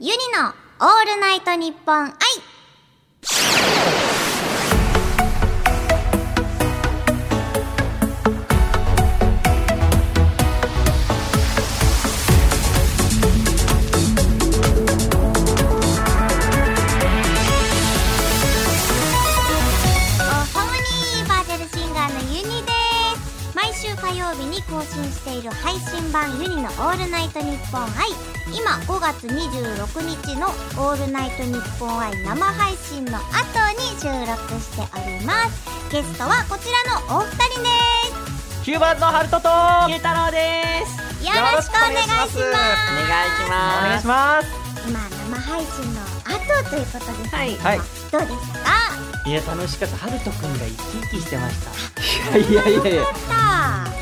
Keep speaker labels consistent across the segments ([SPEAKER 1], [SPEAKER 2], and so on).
[SPEAKER 1] ユニのオールナイトニッポン愛おハモニーバーチャルシンガーのユニです毎週火曜日に更新している配信版ユニのオールナイトニッポン愛今5月26日のオールナイトニッポン愛生配信の後に収録しておりますゲストはこちらのお二人で
[SPEAKER 2] 9番のハルトとお
[SPEAKER 3] ゆうたろうです。
[SPEAKER 1] すよろしくお願いします
[SPEAKER 4] よろしくお願いし
[SPEAKER 3] お願いします。
[SPEAKER 2] 願いします
[SPEAKER 1] 今生配信の後ということですけれども、
[SPEAKER 2] はい
[SPEAKER 1] どうでしたか
[SPEAKER 2] いや楽しかったハルトくんが生き生きしてましたいやいやいやいや
[SPEAKER 1] さあ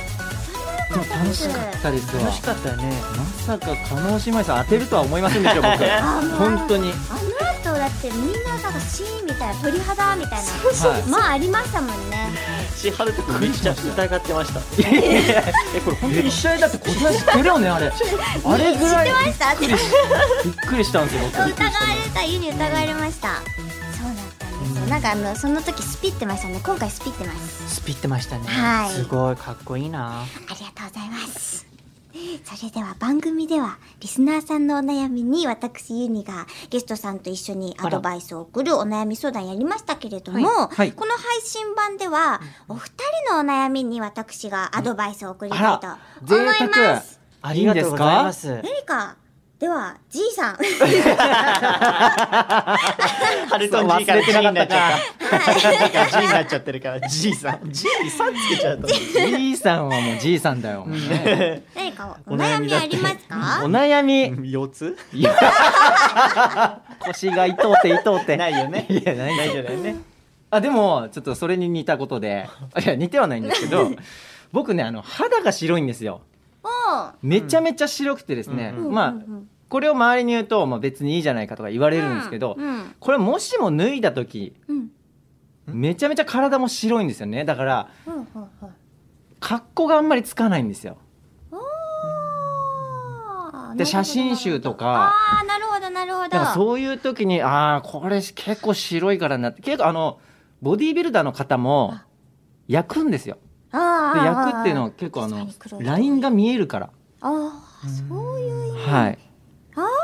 [SPEAKER 4] でも楽しかったですわ
[SPEAKER 2] 楽しかったよねまさか加納姉妹さん当てるとは思いませんでした僕 本当に
[SPEAKER 1] あの後だってみんななんかシーンみたいな鳥肌みたい
[SPEAKER 2] はい
[SPEAKER 1] なまあありましたもんね
[SPEAKER 3] しはるとくんめっちゃ疑ってました。
[SPEAKER 2] えこれ本当に一緒にだってこんな知ってるよねあ れあれぐらい
[SPEAKER 1] 知ってましたって疑わ
[SPEAKER 2] びっくりしたんですよ僕びっくりした
[SPEAKER 1] れたゆに疑われましたそうだったんですよなんかあのその時スピってましたね今回スピってます
[SPEAKER 2] スピってましたね
[SPEAKER 1] はい
[SPEAKER 2] すごいかっこいいな
[SPEAKER 1] ありがとうございますそれでは番組ではリスナーさんのお悩みに私ユニがゲストさんと一緒にアドバイスを送るお悩み相談やりましたけれども、
[SPEAKER 2] いはい
[SPEAKER 1] この配信版ではお二人のお悩みに私がアドバイスを送りたいと
[SPEAKER 2] あ
[SPEAKER 1] 思い
[SPEAKER 2] ら贅
[SPEAKER 1] ま
[SPEAKER 2] 沢
[SPEAKER 1] す。
[SPEAKER 2] ありがとうございます
[SPEAKER 1] 何かではじい さん
[SPEAKER 3] はるとん G から G になっち ゃった。G になっちゃってるから G さん G さんつけちゃうと。
[SPEAKER 2] じいさんはもうじいさんだよ、もうね
[SPEAKER 1] 何かお悩みあります
[SPEAKER 2] お
[SPEAKER 1] か
[SPEAKER 2] 悩み
[SPEAKER 3] 四つ？
[SPEAKER 2] い や腰が痛うて痛うて
[SPEAKER 3] ないよね。
[SPEAKER 2] いやない
[SPEAKER 3] 大丈夫だよね。
[SPEAKER 2] あでもちょっとそれに似たこと でいや似てはないんですけど僕ねあの肌が白いんですよ
[SPEAKER 1] お
[SPEAKER 2] めちゃめちゃ白くてですね、
[SPEAKER 3] うん
[SPEAKER 2] まあ、
[SPEAKER 1] うんうんうん
[SPEAKER 2] これを周りに言うと、まあ、別にいいじゃないかとか言われるんですけど、
[SPEAKER 1] うん
[SPEAKER 2] これもしも脱いだ時
[SPEAKER 1] うん
[SPEAKER 2] めちゃめちゃ体も白いんですよねだから
[SPEAKER 1] うんうんうんうん
[SPEAKER 2] 格好があんまりつかないんですよ
[SPEAKER 1] おー
[SPEAKER 2] で写真集とか
[SPEAKER 1] ああーなるほどなるほ
[SPEAKER 2] だから
[SPEAKER 1] ど
[SPEAKER 2] そういう時にああこれ結構白いからなって結構あのボディービルダーの方も焼くんですよ
[SPEAKER 1] あ
[SPEAKER 2] で
[SPEAKER 1] ー
[SPEAKER 2] 焼くっていうのは結構あのラインが見えるから
[SPEAKER 1] あーそういう意味
[SPEAKER 2] はい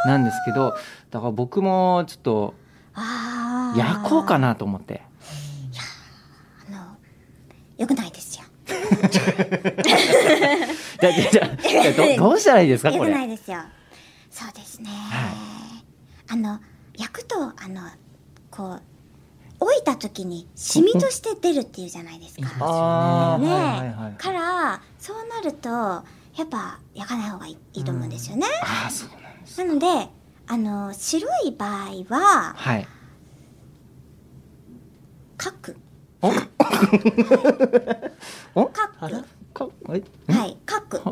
[SPEAKER 1] あ。
[SPEAKER 2] なんですけど、だから僕もちょっと
[SPEAKER 1] あー
[SPEAKER 2] 焼こうかなと思って。
[SPEAKER 1] あのよくないですよ
[SPEAKER 2] じゃあ じゃあじゃあじゃあどどうしたらいいですか
[SPEAKER 1] よ
[SPEAKER 2] こ
[SPEAKER 1] くないで
[SPEAKER 2] れ。
[SPEAKER 1] すよそうですね、
[SPEAKER 2] は
[SPEAKER 1] あの焼くとあのこう置いた時にシミとして出るっていうじゃないですか
[SPEAKER 2] あー
[SPEAKER 1] ねえ、
[SPEAKER 2] はいはいはい
[SPEAKER 1] からそうなるとやっぱ焼かない方がいいいいと思うんですよね、
[SPEAKER 2] ああそうなんです。
[SPEAKER 1] なのであの白い場合は
[SPEAKER 2] はい。
[SPEAKER 1] 書く
[SPEAKER 2] お
[SPEAKER 1] 書く
[SPEAKER 2] かえ？。
[SPEAKER 1] はい い書く
[SPEAKER 2] あ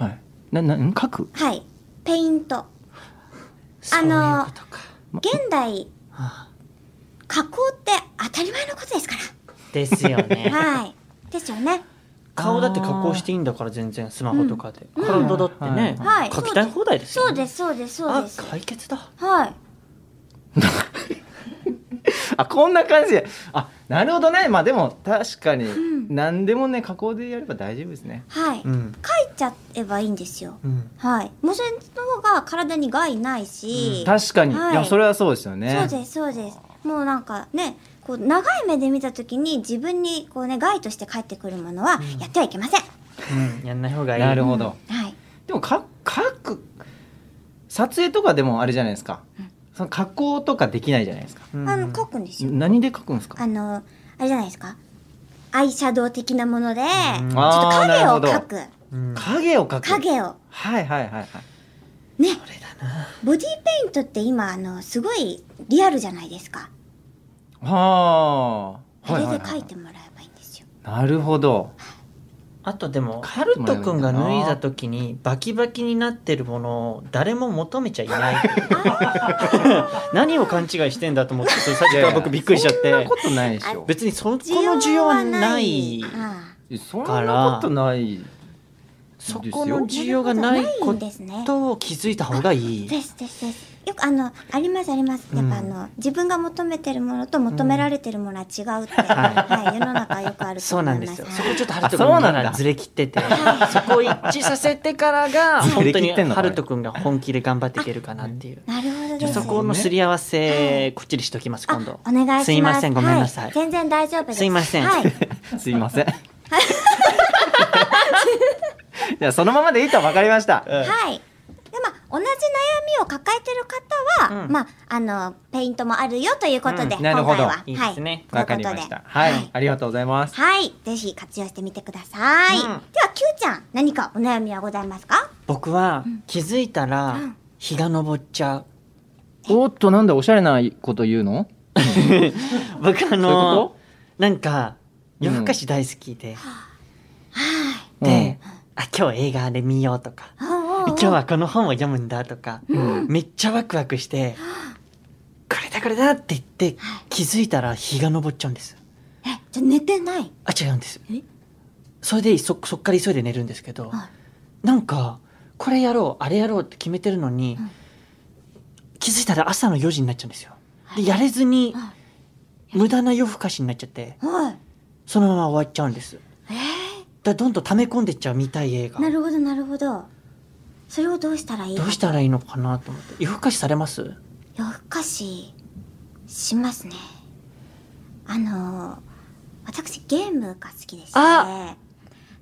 [SPEAKER 2] あはい。ななん書く。
[SPEAKER 1] はいペイントあの現代加工って当たり前のことですか
[SPEAKER 3] ですよ
[SPEAKER 1] ら
[SPEAKER 3] ね。
[SPEAKER 1] はいですよね
[SPEAKER 3] 顔だって加工していいんだから全然スマホとかで。
[SPEAKER 1] うん
[SPEAKER 3] 体だってね
[SPEAKER 2] うん
[SPEAKER 1] はい
[SPEAKER 3] 書きたい放題ですよ
[SPEAKER 1] そう
[SPEAKER 3] ね。
[SPEAKER 1] ですそうですそうです
[SPEAKER 3] あ解決だ。
[SPEAKER 1] はい
[SPEAKER 2] あこんな感じで。あなるほどね。まあでも確かに
[SPEAKER 1] ん
[SPEAKER 2] 何でもね加工でやれば大丈夫ですね。
[SPEAKER 1] はい、書い
[SPEAKER 3] ん。
[SPEAKER 1] ちゃえばいいんですよ
[SPEAKER 3] うん。
[SPEAKER 1] はいもうそれの方が体に害ないし、
[SPEAKER 2] 確かに。い
[SPEAKER 1] はい
[SPEAKER 2] やそれはそうですよね。
[SPEAKER 1] そうですそうですもうなんかねこう長い目で見た時に自分にこうね害として返ってくるものはやってはいけません、
[SPEAKER 3] うん。やんない方がいい。
[SPEAKER 2] なるほど。
[SPEAKER 1] はい
[SPEAKER 2] でもか書く撮影とかでもあれじゃないですか、その加工とかできないじゃないですか、
[SPEAKER 3] うん
[SPEAKER 1] あの書くんですよ
[SPEAKER 2] 何で書くんですか
[SPEAKER 1] あのあれじゃないですかアイシャドウ的なもので、ちょっと
[SPEAKER 2] あー
[SPEAKER 1] 影を
[SPEAKER 2] な
[SPEAKER 1] 描
[SPEAKER 2] るほ
[SPEAKER 1] く
[SPEAKER 3] うん
[SPEAKER 2] 影を描く
[SPEAKER 1] 影を
[SPEAKER 2] はいはいはいはい
[SPEAKER 1] ねボディペイントって今あのすごいリアルじゃないですか
[SPEAKER 2] は
[SPEAKER 1] あ
[SPEAKER 2] あはい
[SPEAKER 1] れで
[SPEAKER 2] はい、
[SPEAKER 1] 描い
[SPEAKER 2] は
[SPEAKER 1] てもらえばいいんですよ、
[SPEAKER 2] い、なるほど
[SPEAKER 3] あとでも
[SPEAKER 2] 帰
[SPEAKER 3] ハ
[SPEAKER 2] っ
[SPEAKER 3] ル
[SPEAKER 2] てもらえばいいんだな
[SPEAKER 3] トくんが脱いだ時にバキバキになってるものを誰も求めちゃいない 何を勘違いしてんだと思ってそれさっきから僕びっくりしちゃっ
[SPEAKER 2] そんな
[SPEAKER 3] て
[SPEAKER 2] ことないでしょ
[SPEAKER 3] 別にそこの需要はない
[SPEAKER 1] あ
[SPEAKER 2] そんなことない
[SPEAKER 3] そこの 需要がない
[SPEAKER 1] な
[SPEAKER 3] こ
[SPEAKER 1] いんですね
[SPEAKER 3] とを気づいた方がいい
[SPEAKER 1] ですですですよくあのありますありますやっぱあの、自分が求めてるものと求められてるものは違うって、はい世の中よくあると
[SPEAKER 3] そう
[SPEAKER 1] 思
[SPEAKER 3] ないん
[SPEAKER 1] ま
[SPEAKER 3] ですすよ
[SPEAKER 1] はい
[SPEAKER 3] そこちょっとハルト
[SPEAKER 2] あそう
[SPEAKER 3] 君
[SPEAKER 2] なんだ
[SPEAKER 3] がずれ切ってて そこを一致させてから が
[SPEAKER 2] ず
[SPEAKER 3] 本
[SPEAKER 2] れ
[SPEAKER 3] 当
[SPEAKER 2] 切
[SPEAKER 3] に
[SPEAKER 2] ってんの
[SPEAKER 3] ハルト君が本気で頑張っていけるかなっていう
[SPEAKER 1] なるほどです
[SPEAKER 3] そこのすり合わせこっちりしときます
[SPEAKER 1] あ
[SPEAKER 3] 今度
[SPEAKER 1] お願いします
[SPEAKER 3] すいませんごめんなさ
[SPEAKER 1] はい全然大丈夫です
[SPEAKER 3] すいません
[SPEAKER 1] はい、
[SPEAKER 2] すい ません。じゃあそのままでいいと分かりました。
[SPEAKER 1] はい。でまあ、同じ悩みを抱えてる方は、
[SPEAKER 3] うん
[SPEAKER 1] まあ、あの、ペイントもあるよということで、
[SPEAKER 2] うんな
[SPEAKER 1] 今
[SPEAKER 2] るほ
[SPEAKER 1] 回
[SPEAKER 2] ど
[SPEAKER 1] は。
[SPEAKER 3] いいですね
[SPEAKER 1] はい、
[SPEAKER 2] わ
[SPEAKER 1] と
[SPEAKER 2] か
[SPEAKER 1] いう
[SPEAKER 2] り
[SPEAKER 1] こと
[SPEAKER 2] ま
[SPEAKER 1] で。
[SPEAKER 2] した。はい、ありがとうございます。
[SPEAKER 1] はい。ぜひ活用してみてください。
[SPEAKER 3] うん
[SPEAKER 1] では、Q ちゃん、何かお悩みはございますか
[SPEAKER 3] 僕は気づいたら日が昇っちゃう
[SPEAKER 2] おっとなんだおしゃれなこと言うの？そうい
[SPEAKER 3] 僕あ
[SPEAKER 2] うこ
[SPEAKER 3] のなんか夜更かし大好きで
[SPEAKER 1] はい。
[SPEAKER 3] であ今日映画あれ見ようとか今
[SPEAKER 1] 今
[SPEAKER 3] 日。はこの本を読むんだとか
[SPEAKER 2] ん
[SPEAKER 3] めっちゃワクワクしてこれだこれだって言って気づいたら日が昇っちゃうんです
[SPEAKER 1] え、じゃあ寝てない。
[SPEAKER 3] あ違うんです
[SPEAKER 1] え
[SPEAKER 3] それでそそっから急いで寝るんですけど
[SPEAKER 1] は
[SPEAKER 3] なんかこれやろうあれやろうって決めてるのに
[SPEAKER 1] うん
[SPEAKER 3] 気づいたら朝の4時になっちゃうんですよでやれずに
[SPEAKER 1] は
[SPEAKER 3] 無駄な夜更かしになっちゃって
[SPEAKER 1] はい。
[SPEAKER 3] そのまま終わっちゃうんです
[SPEAKER 1] え
[SPEAKER 3] だからどんどん溜め込んでっちゃう見たい映画
[SPEAKER 1] ー、なるほど、なるほど。それをどうしたらいい
[SPEAKER 3] どうしたらいいのかなと思って夜更かしされます
[SPEAKER 1] 夜更かししますねあのー私ゲームが好きでして
[SPEAKER 3] あ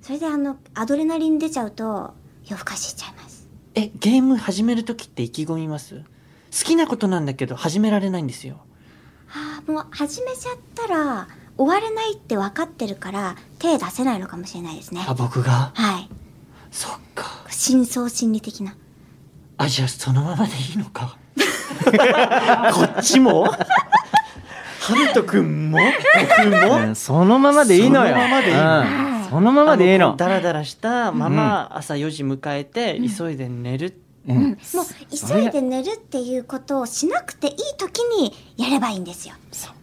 [SPEAKER 1] それであのアドレナリン出ちゃうと夜更かししちゃいます
[SPEAKER 3] えゲーム始める時って意気込みます好きなことなんだけど始められないんですよ
[SPEAKER 1] ああもう始めちゃったら終われないって分かってるから手出せないのかもしれないですね
[SPEAKER 3] あ僕が
[SPEAKER 1] はい
[SPEAKER 3] そっか
[SPEAKER 1] 深層心理的な
[SPEAKER 3] あじゃあそのままでいいのか こっちも ハルト君も僕も
[SPEAKER 2] うんそのままでいいのよ。
[SPEAKER 3] そのままでいいの
[SPEAKER 2] うんそのままでいい
[SPEAKER 3] あ
[SPEAKER 2] の
[SPEAKER 3] こう。ダラダラしたまま朝4時迎えて急いで寝る、
[SPEAKER 2] うん
[SPEAKER 1] もう
[SPEAKER 2] それ
[SPEAKER 1] 急いで寝るっていうことをしなくていい時にやればいいんですよ
[SPEAKER 3] そっか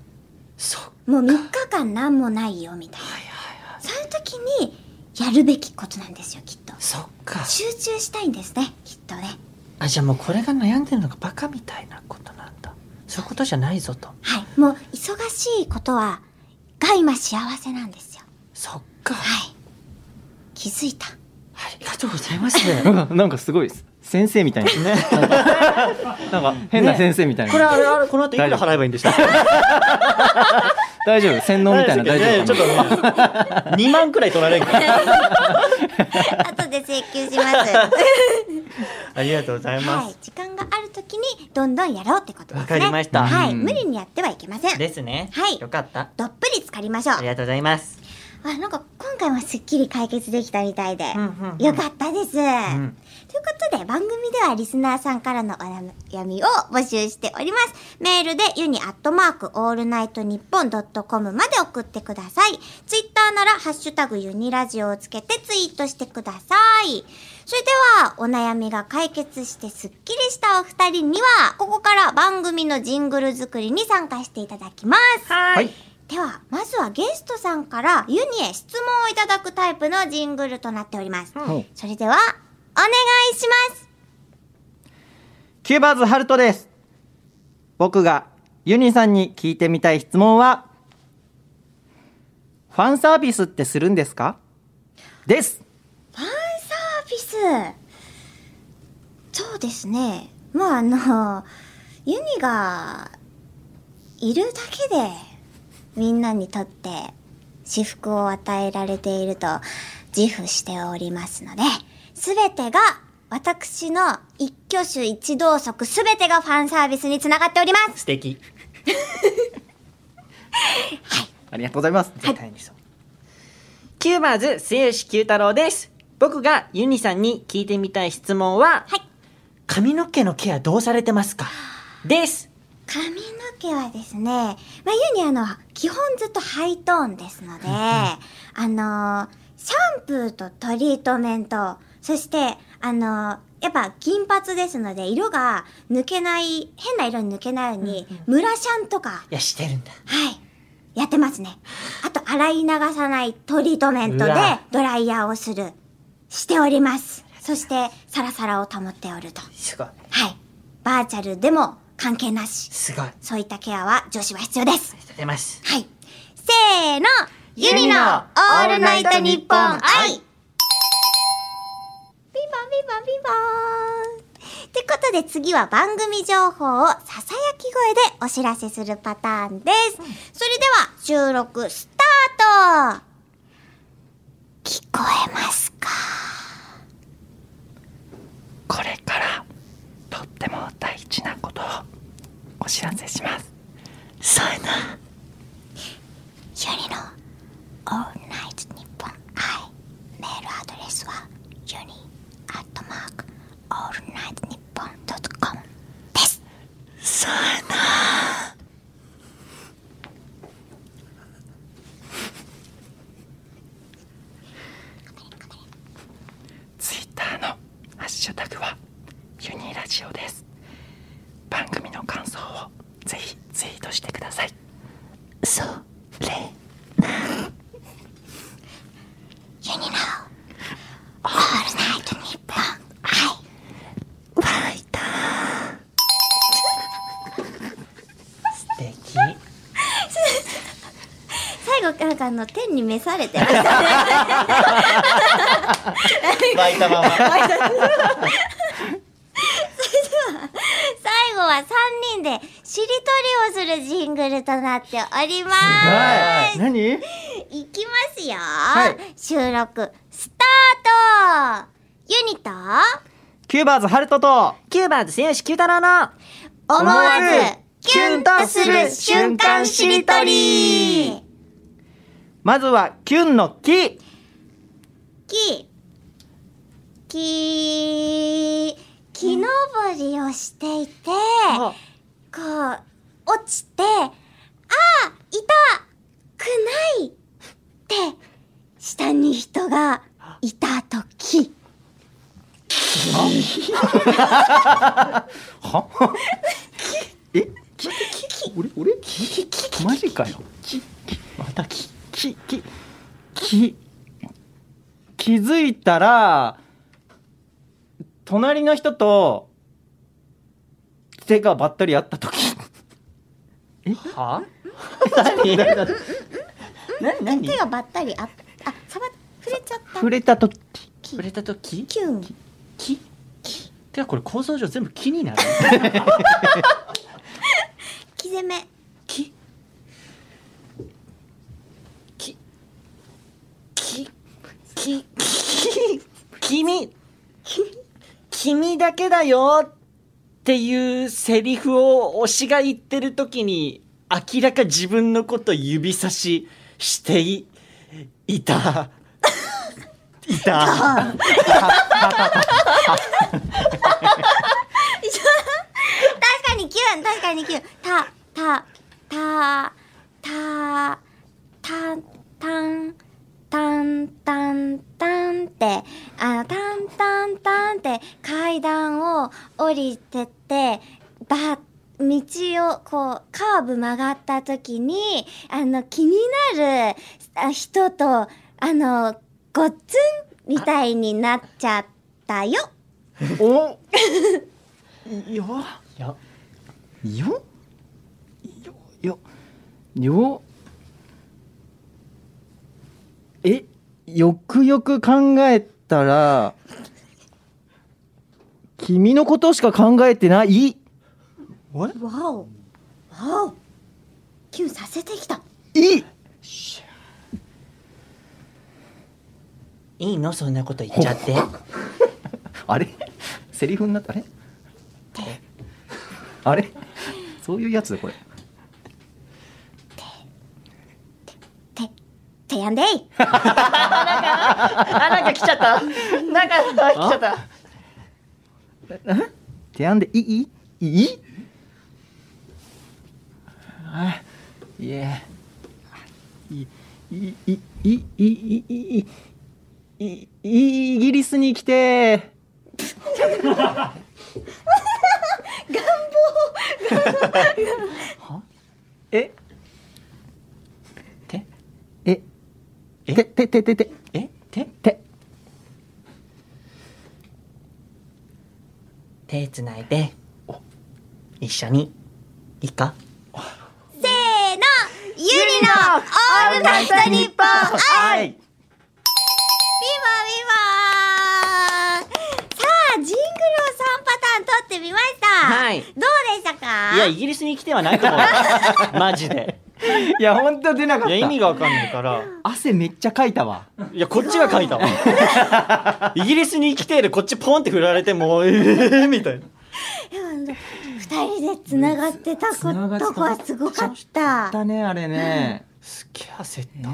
[SPEAKER 1] もう3日間何もないよみたいな
[SPEAKER 3] はいはいはい
[SPEAKER 1] そういう時にやるべきことなんですよきっと
[SPEAKER 3] そっか
[SPEAKER 1] 集中したいんですねきっとね
[SPEAKER 3] あじゃあもうこれが悩んでるのがバカみたいなことなんだそういうことじゃないぞと
[SPEAKER 1] はいもう忙しいことはが今幸せなんですよ
[SPEAKER 3] そっか、
[SPEAKER 1] はい気づい た
[SPEAKER 3] ありがとうござい ます
[SPEAKER 2] なん かなんかすごいです先生みたいな。 なんか変な先生みたいな。
[SPEAKER 3] これあれあれこの後いくら払えばいいんでしたっけ
[SPEAKER 2] 大丈夫洗脳みたいな大丈夫かな。
[SPEAKER 3] 夫ちょっと2万くらい取られるから
[SPEAKER 1] 後で請求します
[SPEAKER 3] ありがとうござい
[SPEAKER 1] はい時間がある時にどんどんやろうってことですね
[SPEAKER 3] わかりました
[SPEAKER 1] はい
[SPEAKER 2] うん
[SPEAKER 1] 無理にやってはいけませんど
[SPEAKER 3] ですね
[SPEAKER 1] はい
[SPEAKER 3] よかった
[SPEAKER 1] っぷり浸かりましょう
[SPEAKER 3] ありがとうございます
[SPEAKER 1] あなんか今回はすっきり解決できたみたいで、
[SPEAKER 3] うんうんうん
[SPEAKER 1] よかったです、
[SPEAKER 3] ん
[SPEAKER 1] ということで番組ではリスナーさんからのお悩みを募集しておりますメールでユニアットマークオールナイトニッポンドットコムまで送ってくださいツイッターならハッシュタグユニラジオをつけてツイートしてくださいそれではお悩みが解決してすっきりしたお二人にはここから番組のジングル作りに参加していただきます
[SPEAKER 3] はい
[SPEAKER 1] ではまずはゲストさんからユニへ質問をいただくタイプのジングルとなっております、
[SPEAKER 2] ん
[SPEAKER 1] それではお願いします
[SPEAKER 2] キューバーズハルトです。僕がユニさんに聞いてみたい質問は、ファンサービスってするんですかです。
[SPEAKER 1] ファンサービスそうですねまああのユニがいるだけでみんなにとって私服を与えられていると自負しておりますので全てが私の一挙手一動足全てがファンサービスにつながっております
[SPEAKER 3] 素敵
[SPEAKER 2] ありがとうございます。
[SPEAKER 3] 絶対にそう、キューバーズ末吉九太郎です僕がユニさんに聞いてみたい質問は、
[SPEAKER 1] はい
[SPEAKER 3] 髪の毛のケアどうされてますかです
[SPEAKER 1] 髪の毛はですね、まあ、ユにあの、基本ずっとハイトーンですので、あのー、シャンプーとトリートメント、そして、あのー、やっぱ金髪ですので、色が抜けない、変な色に抜けないように、ムラシャンとか、
[SPEAKER 3] いやしてるんだ
[SPEAKER 1] はい、やってますね。あと、洗い流さないトリートメントで
[SPEAKER 3] うわ、
[SPEAKER 1] ドライヤーをする。しておりますそしてサラサラを保っておると
[SPEAKER 3] すごい
[SPEAKER 1] はいバーチャルでも関係なし
[SPEAKER 3] すごい
[SPEAKER 1] そういったケアは女子は必要です
[SPEAKER 3] 出てます
[SPEAKER 1] はいせーのユニのオールナイトニッポン愛ビバビバビバーンってことで次は番組情報をささやき声でお知らせするパターンです。それでは収録スタート聞こえますか
[SPEAKER 2] これからとっても大事なことをお知らせします
[SPEAKER 3] サイナー
[SPEAKER 1] ユニのオールナイトニッポン愛メールアドレスはユニアットマークオールナイトニッポンドットコムです
[SPEAKER 3] サイナ
[SPEAKER 2] ツイッターのハッシュタグはユニラジオです番組の感想をぜひツイートしてください
[SPEAKER 1] それユニのオールナイトニッポン愛ワイタ
[SPEAKER 3] 素敵
[SPEAKER 1] 最後なんかあの天に召されてる
[SPEAKER 3] 湧いたまま
[SPEAKER 1] 最後は3人でしりとりをするジングルとなっております
[SPEAKER 2] はい何
[SPEAKER 1] いきますよ、
[SPEAKER 2] い
[SPEAKER 1] 収録スタートユニと
[SPEAKER 2] キューバーズハルトと
[SPEAKER 3] キューバーズ選手キュータラの
[SPEAKER 1] 思
[SPEAKER 2] わ
[SPEAKER 1] わず
[SPEAKER 2] ず
[SPEAKER 1] キ
[SPEAKER 2] キ
[SPEAKER 1] ュ
[SPEAKER 2] ュ
[SPEAKER 1] ン
[SPEAKER 2] ン
[SPEAKER 1] と
[SPEAKER 2] と
[SPEAKER 1] す
[SPEAKER 2] す
[SPEAKER 1] る
[SPEAKER 2] る
[SPEAKER 1] 瞬
[SPEAKER 2] 瞬
[SPEAKER 1] 間
[SPEAKER 2] 間
[SPEAKER 1] し
[SPEAKER 2] し
[SPEAKER 1] り
[SPEAKER 2] り
[SPEAKER 1] と
[SPEAKER 2] と
[SPEAKER 1] り
[SPEAKER 2] りまずはキュンの木
[SPEAKER 1] きき木登りをしていてこう落ちてああ痛くないって下に人がいた時
[SPEAKER 2] はえ木俺俺木マジかよ木木また木木木木気づいたら隣の人と手がばったり合った時
[SPEAKER 3] は何何 何
[SPEAKER 1] 手がばったりああさば触れちゃった
[SPEAKER 2] 触れた時
[SPEAKER 3] 触れたと木
[SPEAKER 1] キュン
[SPEAKER 3] 木てかこれ構造上全部木になる
[SPEAKER 1] 木攻め
[SPEAKER 3] 木木木木木君君だけだよっていうセリフを推しが言ってる時に明らか自分のこと指差ししていいたいた
[SPEAKER 1] 確かにキュン確かにキュンたたたたたんたんたんたんたんってあのたんたんたんって階段を降りてってば道をこうカーブ曲がった時にあの気になるあ人とあのごっつんみたいになっちゃったよ
[SPEAKER 2] およ
[SPEAKER 3] よ
[SPEAKER 2] よよよよえよくよく考えたら君のことしか考えてない
[SPEAKER 3] お
[SPEAKER 1] わおわおキュンさせてきた
[SPEAKER 2] い
[SPEAKER 3] いいのそんなこと言っちゃって
[SPEAKER 2] あれセリフになったあれあれそういうやつこれ
[SPEAKER 1] て、て やんでい
[SPEAKER 3] あなんか来ちゃったなんか来ちゃった
[SPEAKER 2] 提案でいいいいあいえいいいいいいいいいいイギリスに来て 願望え
[SPEAKER 3] て
[SPEAKER 2] えててててて
[SPEAKER 3] えて
[SPEAKER 2] て
[SPEAKER 3] 手つないで一緒に行こう
[SPEAKER 1] せーのゆりのオールナイトニッポン愛ビバビバーさあジングルを3パターン撮ってみました、
[SPEAKER 3] はい
[SPEAKER 1] どうでしたか
[SPEAKER 3] いやイギリスに来てはないと思う マジで
[SPEAKER 2] いや本当出なかっ
[SPEAKER 3] いや
[SPEAKER 2] た
[SPEAKER 3] 意味がわかんないから
[SPEAKER 2] 汗めっちゃかいたわ
[SPEAKER 3] いやこっちが書いたわ イギリスに来ているこっちポンって振られてもうえーみたいな
[SPEAKER 1] 二人でつながってたこ
[SPEAKER 2] 繋がってた
[SPEAKER 1] とこはすごかった
[SPEAKER 2] だねあれね
[SPEAKER 3] すっげえ焦っ
[SPEAKER 2] え
[SPEAKER 3] た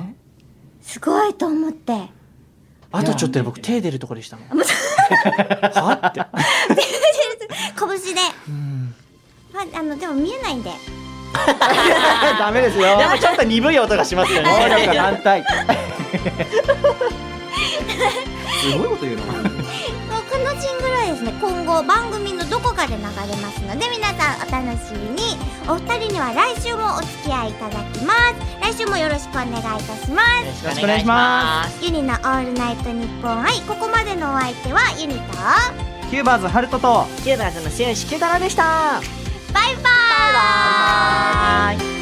[SPEAKER 1] すごいと思って
[SPEAKER 3] あとちょっとで僕手出るとこでしたもんはって
[SPEAKER 1] 拳で、まあ、あのでも見えないんで
[SPEAKER 2] ダメですよ
[SPEAKER 3] やっぱちょっと鈍い音がしますよ
[SPEAKER 2] 暴力
[SPEAKER 3] ね
[SPEAKER 2] 反 対
[SPEAKER 4] すごいこと言うな。
[SPEAKER 1] もうこのジングルはですね今後番組のどこかで流れますので皆さんお楽しみにお二人には来週もお付き合いいただきます来週もよろしくお願いいたします
[SPEAKER 2] よろしくお願いしま
[SPEAKER 1] ユニの「オールナイトニッポン愛」ここまでのお相手はユニと
[SPEAKER 2] すキューバーズハルトと
[SPEAKER 3] すキューバーズの選手キュータラでした
[SPEAKER 1] バイババイバーイ